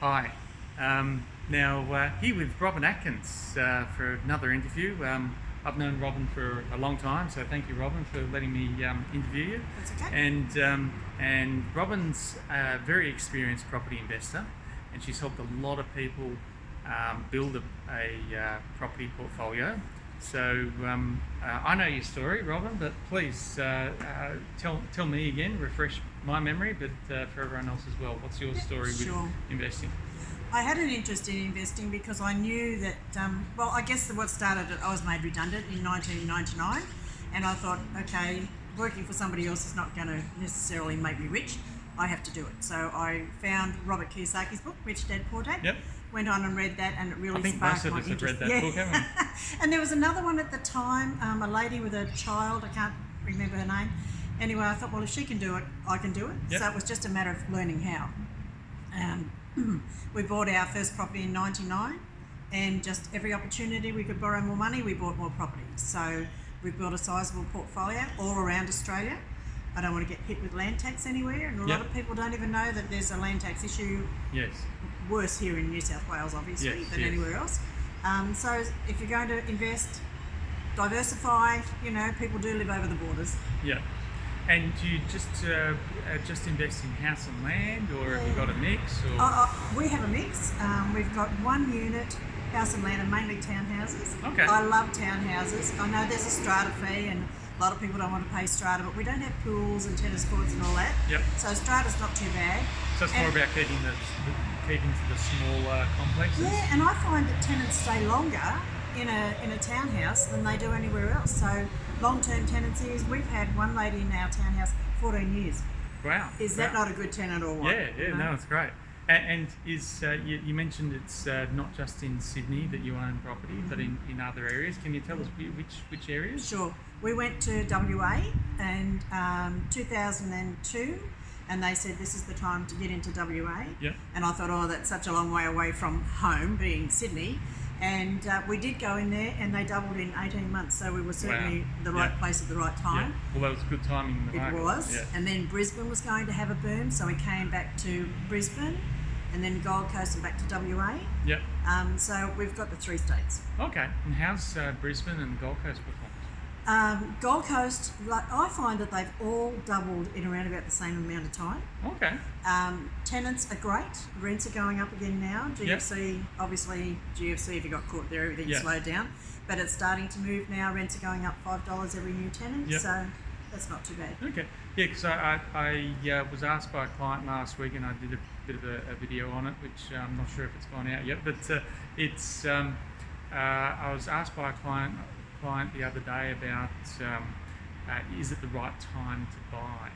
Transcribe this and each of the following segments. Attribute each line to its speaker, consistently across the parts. Speaker 1: Hi. Um, now, uh, here with Robin Atkins uh, for another interview. Um, I've known Robin for a long time, so thank you, Robin, for letting me um, interview you.
Speaker 2: That's okay.
Speaker 1: And, um, and Robin's a very experienced property investor, and she's helped a lot of people um, build a, a uh, property portfolio. So um, uh, I know your story, Robin, but please uh, uh, tell, tell me again, refresh my memory, but uh, for everyone else as well. What's your story
Speaker 2: Sure.
Speaker 1: with investing?
Speaker 2: I had an interest in investing because I knew that, um, well, I guess what started it, I was made redundant in 1999, and I thought, okay, working for somebody else is not going to necessarily make me rich. I have to do it. So I found Robert Kiyosaki's book, Rich Dad Poor Dad.
Speaker 1: Yep.
Speaker 2: Went on and read that, and it really
Speaker 1: I think
Speaker 2: sparked
Speaker 1: most of
Speaker 2: my
Speaker 1: us have read
Speaker 2: interest.
Speaker 1: that book, haven't we?
Speaker 2: and there was another one at the time, um, a lady with a child, I can't remember her name. Anyway, I thought, well, if she can do it, I can do it.
Speaker 1: Yep.
Speaker 2: So it was just a matter of learning how. Um, we bought our first property in 99, and just every opportunity we could borrow more money, we bought more property. So we built a sizable portfolio all around Australia. I don't want to get hit with land tax anywhere, and a
Speaker 1: Yep.
Speaker 2: lot of people don't even know that there's a land tax issue
Speaker 1: Yes.
Speaker 2: worse here in New South Wales, obviously,
Speaker 1: Yes,
Speaker 2: than
Speaker 1: yes.
Speaker 2: anywhere else. Um, so if you're going to invest, diversify. You know, people do live over the borders.
Speaker 1: Yeah. And do you just uh, uh, just invest in house and land, or have you got a mix? Or
Speaker 2: Uh, uh, we have a mix. Um, we've got one unit, house and land, and mainly townhouses.
Speaker 1: Okay.
Speaker 2: I love townhouses. I know there's a strata fee, and a lot of people don't want to pay strata, but we don't have pools and tennis courts and all that.
Speaker 1: Yep.
Speaker 2: So strata's not too bad.
Speaker 1: so it's more
Speaker 2: and-
Speaker 1: about keeping the keeping to the smaller complexes.
Speaker 2: Yeah, and I find that tenants stay longer in a in a townhouse than they do anywhere else. So long term tenancies, we've had one lady in our townhouse fourteen years.
Speaker 1: Wow.
Speaker 2: Is that
Speaker 1: wow.
Speaker 2: not a good tenant or what?
Speaker 1: Yeah, yeah,
Speaker 2: You know?
Speaker 1: no, it's great. And, and is uh, you, you mentioned it's uh, not just in Sydney that you own property, but in, in other areas. Can you tell us whi- which which areas?
Speaker 2: Mm-hmm. Sure. We went to WA and um, 2002, and they said this is the time to get into WA.
Speaker 1: Yeah.
Speaker 2: And I thought, oh, that's such a long way away from home, being Sydney. And uh, we did go in there, and they doubled in 18 months. So we were certainly the right
Speaker 1: Yeah.
Speaker 2: place at the right
Speaker 1: Yeah.
Speaker 2: time.
Speaker 1: Well, that was good timing in the
Speaker 2: It
Speaker 1: market.
Speaker 2: was.
Speaker 1: Yeah.
Speaker 2: And then Brisbane was going to have a boom, so we came back to Brisbane and then Gold Coast and back to WA.
Speaker 1: Yep.
Speaker 2: Um, so we've got the three states.
Speaker 1: Okay. And how's uh, Brisbane and the Gold Coast performed?
Speaker 2: Um, Gold Coast, like, I find that they've all doubled in around about the same amount of time.
Speaker 1: Okay.
Speaker 2: Um, tenants are great. Rents are going up again now. GFC, obviously, GFC, if you got caught there, everything
Speaker 1: Yeah.
Speaker 2: slowed down. But it's starting to move now. Rents are going up $5 every new tenant.
Speaker 1: Yeah.
Speaker 2: So that's not too bad.
Speaker 1: Okay. Yeah, because I, I, I uh, was asked by a client last week, and I did a bit of a, a video on it, which uh, I'm not sure if it's gone out yet. But uh, it's um, uh, I was asked by a client client the other day about um, uh, is it the right time to buy,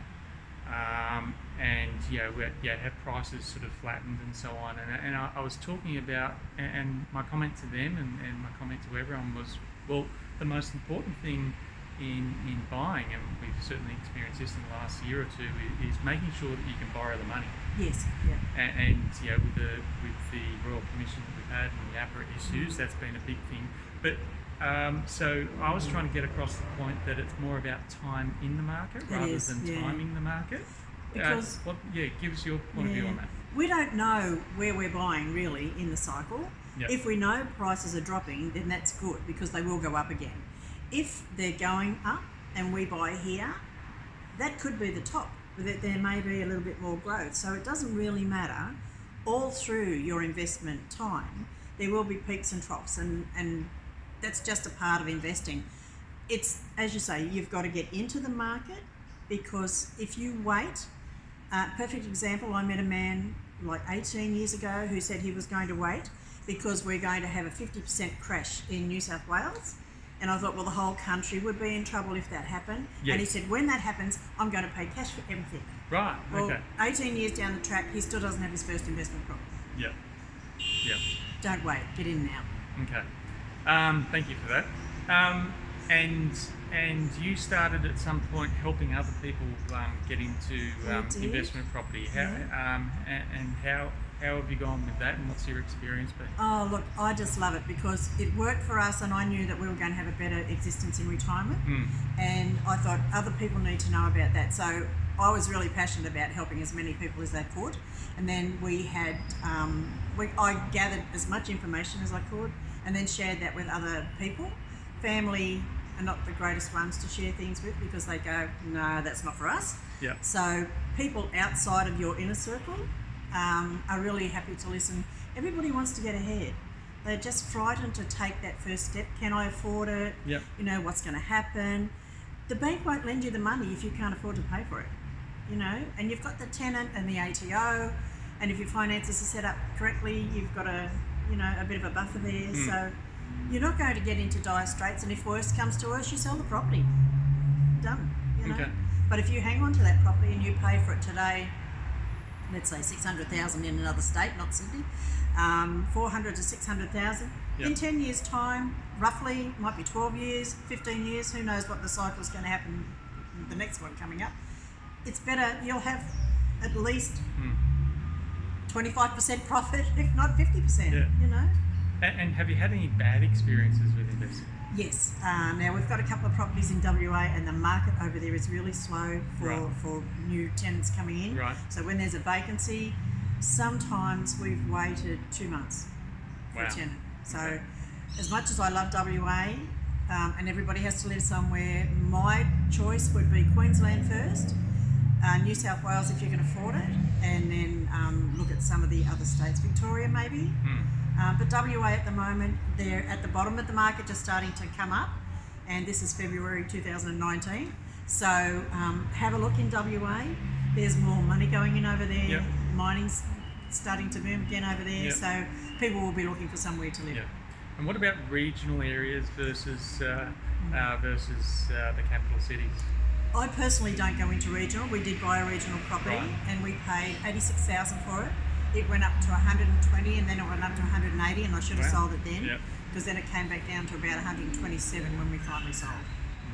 Speaker 1: um, and you know, we yeah, have prices sort of flattened and so on. And, and I, I was talking about, and, and my comment to them and, and my comment to everyone was, well, the most important thing in, in buying, and we've certainly experienced this in the last year or two, i- is making sure that you can borrow the money.
Speaker 2: Yes. Yeah.
Speaker 1: And, and you know, with the with the royal commission that we've had and the APRA issues, that's been a big thing. But um, so I was trying to get across the point that it's more about time in the market
Speaker 2: It
Speaker 1: rather
Speaker 2: is,
Speaker 1: than
Speaker 2: yeah.
Speaker 1: timing the market. Uh,
Speaker 2: Because-
Speaker 1: what, yeah, give us your point of view
Speaker 2: Yeah.
Speaker 1: on that.
Speaker 2: Mm. We don't know where we're buying really in the cycle.
Speaker 1: Yep.
Speaker 2: If we know prices are dropping, then that's good because they will go up again. If they're going up and we buy here, that could be the top. That there may be a little bit more growth. So it doesn't really matter. All through your investment time, there will be peaks and troughs, and, and that's just a part of investing. It's, as you say, you've got to get into the market because if you wait, uh, perfect example, I met a man like 18 years ago who said he was going to wait because we're going to have a 50% crash in New South Wales. And I thought, well, the whole country would be in trouble if that happened. And he
Speaker 1: Yes.
Speaker 2: said, when that happens, I'm going to pay cash for everything.
Speaker 1: Right.
Speaker 2: Well,
Speaker 1: okay.
Speaker 2: 18 years down the track, he still doesn't have his first investment property.
Speaker 1: Yeah. Yeah.
Speaker 2: Don't wait, get in now.
Speaker 1: Okay. Um, thank you for that. Um, and and you started at some point helping other people um, get into um,
Speaker 2: did.
Speaker 1: investment property. How, um, and, and how how have you gone with that? And what's your experience been?
Speaker 2: Oh, look, I just love it because it worked for us, and I knew that we were going to have a better existence in retirement.
Speaker 1: Mm.
Speaker 2: and I thought other people need to know about that. So I was really passionate about helping as many people as they could. And then we had, um, we, I gathered as much information as I could and then shared that with other people. Family are not the greatest ones to share things with because they go, no, that's not for us.
Speaker 1: Yeah.
Speaker 2: So people outside of your inner circle um, are really happy to listen. Everybody wants to get ahead. They're just frightened to take that first step. Can I afford it?
Speaker 1: Yep.
Speaker 2: You know, what's going to happen? The bank won't lend you the money if you can't afford to pay for it, you know? And you've got the tenant and the ATO, and if your finances are set up correctly, you've got a, you know, a bit of a buffer there.
Speaker 1: Hmm.
Speaker 2: So you're not going to get into dire straits, and if worse comes to worse, you sell the property. Done, you know?
Speaker 1: Okay.
Speaker 2: But if you hang on to that property and you pay for it today, let's say 600,000 in another state, not Sydney, um, 400 to 600,000. In
Speaker 1: Yep.
Speaker 2: 10 years' time, roughly, might be 12 years, 15 years, who knows what the cycle is going to happen, the next one coming up. It's better, you'll have at least
Speaker 1: Hmm,
Speaker 2: 25% profit, if not 50%,
Speaker 1: Yeah.
Speaker 2: you know?
Speaker 1: And, and have you had any bad experiences with investing?
Speaker 2: Yes. Uh, now we've got a couple of properties in WA, and the market over there is really slow for,
Speaker 1: Right.
Speaker 2: for new tenants coming in.
Speaker 1: Right.
Speaker 2: So when there's a vacancy, sometimes we've waited two months for
Speaker 1: Wow.
Speaker 2: a tenant. So as much as I love WA, um, and everybody has to live somewhere, my choice would be Queensland first, uh, New South Wales if you can afford it, and then um, look at some of the other states, Victoria maybe.
Speaker 1: Hmm,
Speaker 2: Um, but WA at the moment, they're at the bottom of the market, just starting to come up. And this is February 2019. So um, have a look in WA. There's more money going in over there.
Speaker 1: Yep.
Speaker 2: Mining's starting to boom again over there.
Speaker 1: Yep.
Speaker 2: So people will be looking for somewhere to live.
Speaker 1: Yeah. And what about regional areas versus uh,
Speaker 2: Hmm.
Speaker 1: uh, versus uh, the capital cities?
Speaker 2: I personally don't go into regional. We did buy a regional property
Speaker 1: Right.
Speaker 2: and we paid 86,000 for it. It went up to 120 and then it went up to 180 and I should have
Speaker 1: Wow.
Speaker 2: sold it then
Speaker 1: Yep.
Speaker 2: because then it came back down to about 127 when we finally sold.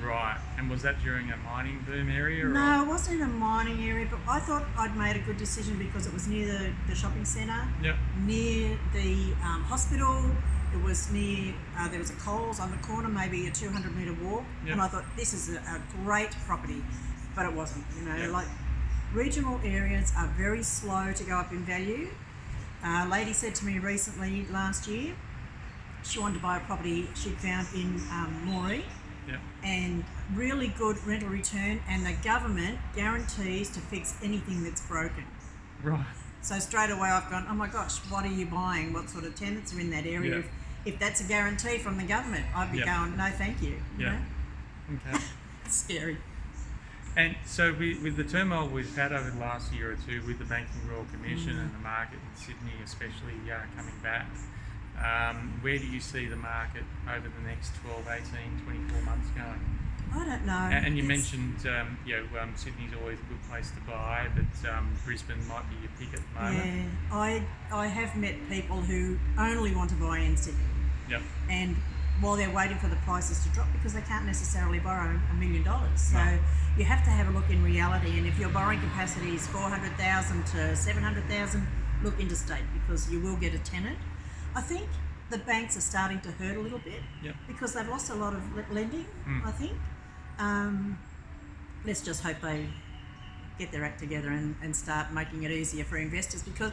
Speaker 1: Right. And was that during a mining boom area?
Speaker 2: No, it wasn't in a mining area, but I thought I'd made a good decision because it was near the, the shopping centre,
Speaker 1: Or? Yep.
Speaker 2: near the um, hospital. It was near, uh, there was a Coles on the corner, maybe a 200 metre walk.
Speaker 1: Yeah.
Speaker 2: And I thought, this is a, a great property, but it wasn't. You know,
Speaker 1: Yeah.
Speaker 2: like regional areas are very slow to go up in value. A lady said to me recently last year, she wanted to buy a property she found in um, Moree
Speaker 1: Yep.
Speaker 2: and really good rental return, and the government guarantees to fix anything that's broken.
Speaker 1: Right.
Speaker 2: So straight away, I've gone, oh my gosh, what are you buying? What sort of tenants are in that
Speaker 1: Yeah.
Speaker 2: area? If, if that's a guarantee from the government, I'd be
Speaker 1: Yeah.
Speaker 2: going, no, thank you. you
Speaker 1: Yeah.
Speaker 2: know?
Speaker 1: Okay.
Speaker 2: It's scary.
Speaker 1: And so, we, with the turmoil we've had over the last year or two with the Banking Royal Commission and the market in Sydney, especially uh, coming back, um, where do you see the market over the next 12, 18, 24 months going?
Speaker 2: I don't know.
Speaker 1: And, and you
Speaker 2: It's-
Speaker 1: mentioned, um, you know, um, Sydney's always a good place to buy, but um, Brisbane might be your pick at the moment.
Speaker 2: Yeah, I I have met people who only want to buy in Sydney,
Speaker 1: Yep.
Speaker 2: and while they're waiting for the prices to drop because they can't necessarily borrow a million dollars. So
Speaker 1: No.
Speaker 2: you have to have a look in reality, and if your borrowing capacity is four hundred thousand to seven hundred thousand, look interstate because you will get a tenant. I think the banks are starting to hurt a little bit
Speaker 1: Yep.
Speaker 2: because they've lost a lot of le- lending.
Speaker 1: Mm.
Speaker 2: I think. Um, let's just hope they get their act together and, and start making it easier for investors because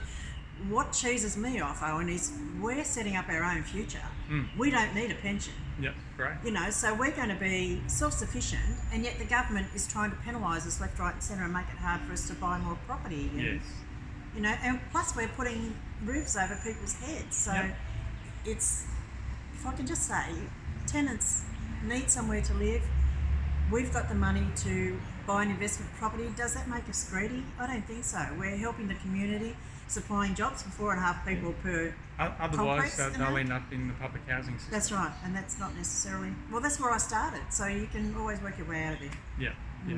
Speaker 2: what cheeses me off, Owen, is we're setting up our own future.
Speaker 1: Mm.
Speaker 2: We don't need a pension,
Speaker 1: Yep. Great.
Speaker 2: you know, so we're going to be self sufficient, and yet the government is trying to penalise us left, right, and centre and make it hard for us to buy more property. And,
Speaker 1: Yes.
Speaker 2: You know, and plus we're putting roofs over people's heads. So
Speaker 1: Yeah.
Speaker 2: it's, if I can just say, tenants need somewhere to live. We've got the money to buy an investment property. Does that make us greedy? I don't think so. We're helping the community, supplying jobs for four and a half people per.
Speaker 1: O- Otherwise,
Speaker 2: Complex
Speaker 1: uh,
Speaker 2: enough.
Speaker 1: they'll end up in the public housing system.
Speaker 2: That's right, and that's not necessarily. Well, that's where I started, so you can always work your way out of there.
Speaker 1: Yeah. Yeah.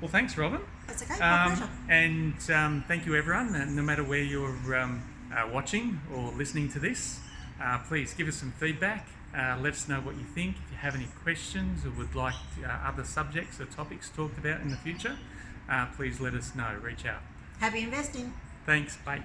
Speaker 1: Well, thanks, Robin.
Speaker 2: That's okay, my
Speaker 1: Um,
Speaker 2: pleasure.
Speaker 1: and um, thank you, everyone. And no matter where you're um, uh, watching or listening to this, uh, please give us some feedback. Uh, let us know what you think. If you have any questions or would like uh, other subjects or topics talked about in the future, uh, please let us know. Reach out.
Speaker 2: Happy investing.
Speaker 1: Thanks. Bye.